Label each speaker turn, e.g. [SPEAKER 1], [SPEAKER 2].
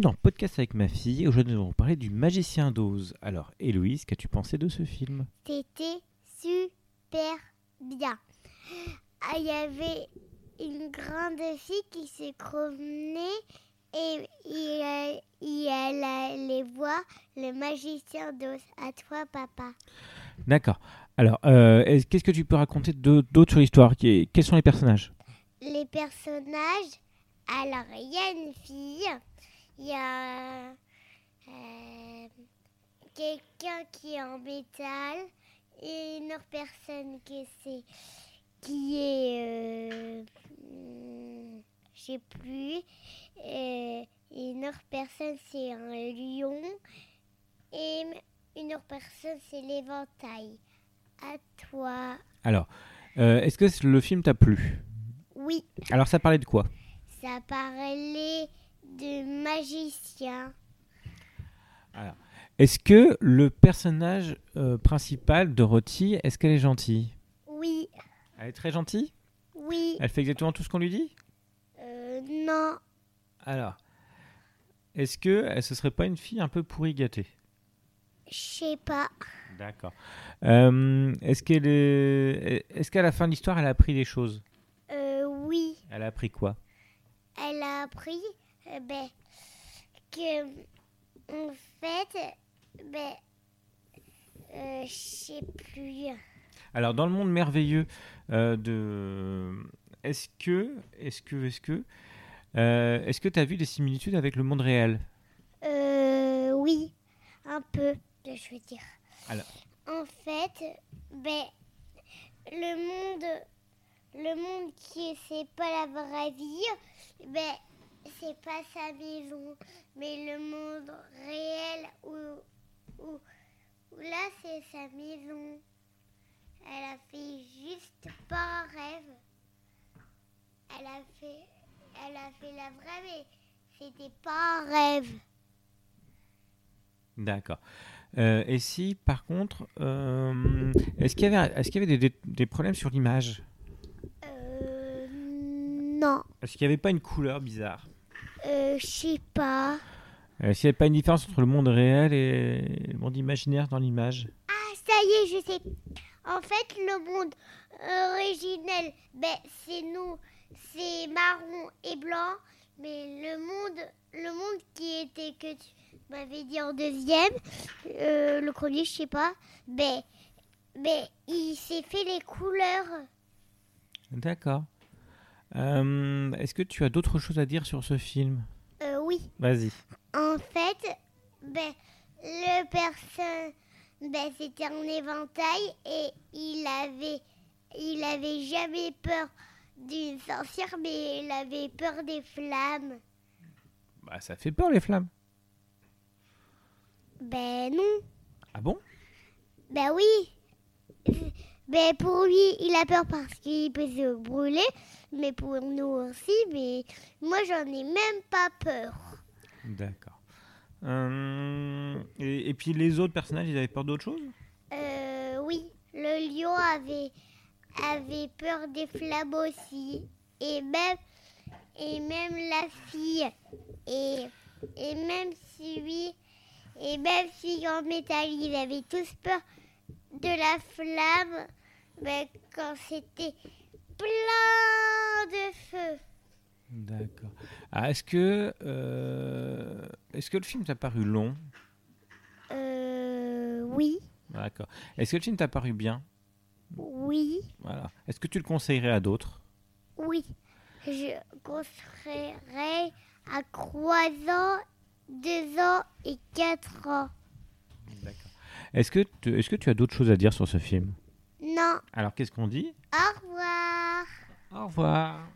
[SPEAKER 1] dans le podcast avec ma fille et aujourd'hui nous allons parler du Magicien d'Oz. Alors, Héloïse, qu'as-tu pensé de ce film
[SPEAKER 2] C'était super bien. Ah, Il y avait une grande fille qui se promenait et il, euh, il allait voir le magicien d'Oz. À toi, papa.
[SPEAKER 1] D'accord. Alors, euh, est- qu'est-ce que tu peux raconter de- d'autre sur l'histoire Qui est- Quels sont les personnages
[SPEAKER 2] Les personnages. Alors, il y a une fille. Il y a euh, quelqu'un qui est en métal. Et une autre personne qui c'est qui est euh, hmm, je sais plus euh, et une autre personne c'est un lion et une autre personne c'est l'éventail à toi
[SPEAKER 1] Alors, euh, est-ce que c- le film t'a plu
[SPEAKER 2] oui
[SPEAKER 1] Alors, ça parlait de quoi
[SPEAKER 2] Ça parlait de magicien.
[SPEAKER 1] Est-ce que le personnage euh, principal, Dorothy, est-ce qu'elle est gentille
[SPEAKER 2] Oui,
[SPEAKER 1] Elle est très gentille
[SPEAKER 2] oui,
[SPEAKER 1] Elle fait exactement tout ce qu'on lui dit
[SPEAKER 2] euh, non,
[SPEAKER 1] Alors, est-ce que euh, ce serait pas une fille un peu pourrie gâtée
[SPEAKER 2] je sais pas.
[SPEAKER 1] D'accord. Euh, Est-ce qu'elle est... est-ce qu'à la fin de l'histoire, elle a appris des choses
[SPEAKER 2] Euh, oui,
[SPEAKER 1] Elle a appris quoi
[SPEAKER 2] elle a appris euh, ben, que, en fait, ben, euh, je sais plus.
[SPEAKER 1] Alors, dans le monde merveilleux euh, de. Est-ce que. Est-ce que. Est-ce que. euh, Est-ce que tu as vu des similitudes avec le monde réel
[SPEAKER 2] Euh, oui, un peu, je veux dire.
[SPEAKER 1] Alors.
[SPEAKER 2] En fait, ben, le monde, le monde qui est- c'est pas la vraie vie, ben, c'est pas sa maison, mais le monde réel où, où, où là c'est sa maison. Elle a fait juste pas un rêve. Elle a fait, elle a fait la vraie, mais c'était pas un rêve.
[SPEAKER 1] D'accord. Euh, et si, par contre, euh, est-ce qu'il y avait, est-ce qu'il y avait des, des- des problèmes sur l'image
[SPEAKER 2] Euh, non,
[SPEAKER 1] Est-ce qu'il n'y avait pas une couleur bizarre
[SPEAKER 2] euh, je sais pas.
[SPEAKER 1] Euh, Est-ce qu'il n'y avait pas une différence entre le monde réel et le monde imaginaire dans l'image
[SPEAKER 2] Ah, ça y est, je sais. En fait, le monde originel, ben, c'est nous, c'est marron et blanc. Mais le monde, le monde qui était que tu m'avais dit en deuxième, euh, le premier, je sais pas, ben, ben, il s'est fait les couleurs.
[SPEAKER 1] D'accord. Euh, est-ce que tu as d'autres choses à dire sur ce film
[SPEAKER 2] Euh, oui.
[SPEAKER 1] Vas-y.
[SPEAKER 2] En fait, ben, le personne, ben, c'était un éventail et il avait, il avait jamais peur d'une sorcière, mais il avait peur des flammes.
[SPEAKER 1] Bah, ça fait peur les flammes.
[SPEAKER 2] Ben non,
[SPEAKER 1] Ah bon
[SPEAKER 2] ben oui. Ben pour lui, il a peur parce qu'il peut se brûler, mais pour nous aussi, mais moi j'en ai même pas peur.
[SPEAKER 1] D'accord. Euh, et, et puis les autres personnages, ils avaient peur d'autre chose
[SPEAKER 2] Euh, oui, le lion avait, avait peur des flammes aussi. Et même, et même la fille. Et, et même celui. Et même si en métal, ils avaient tous peur de la flamme. Mais quand c'était plein de feu.
[SPEAKER 1] D'accord. Ah, est-ce que, euh, est-ce que le film t'a paru long
[SPEAKER 2] Euh, oui,
[SPEAKER 1] D'accord. Est-ce que le film t'a paru bien
[SPEAKER 2] oui,
[SPEAKER 1] Voilà. Est-ce que tu le conseillerais à d'autres
[SPEAKER 2] oui. Je construirais à trois ans, deux ans et quatre ans.
[SPEAKER 1] D'accord. Est-ce que, tu- est-ce que tu as d'autres choses à dire sur ce film
[SPEAKER 2] Non,
[SPEAKER 1] Alors qu'est-ce qu'on dit
[SPEAKER 2] au revoir.
[SPEAKER 1] Au revoir.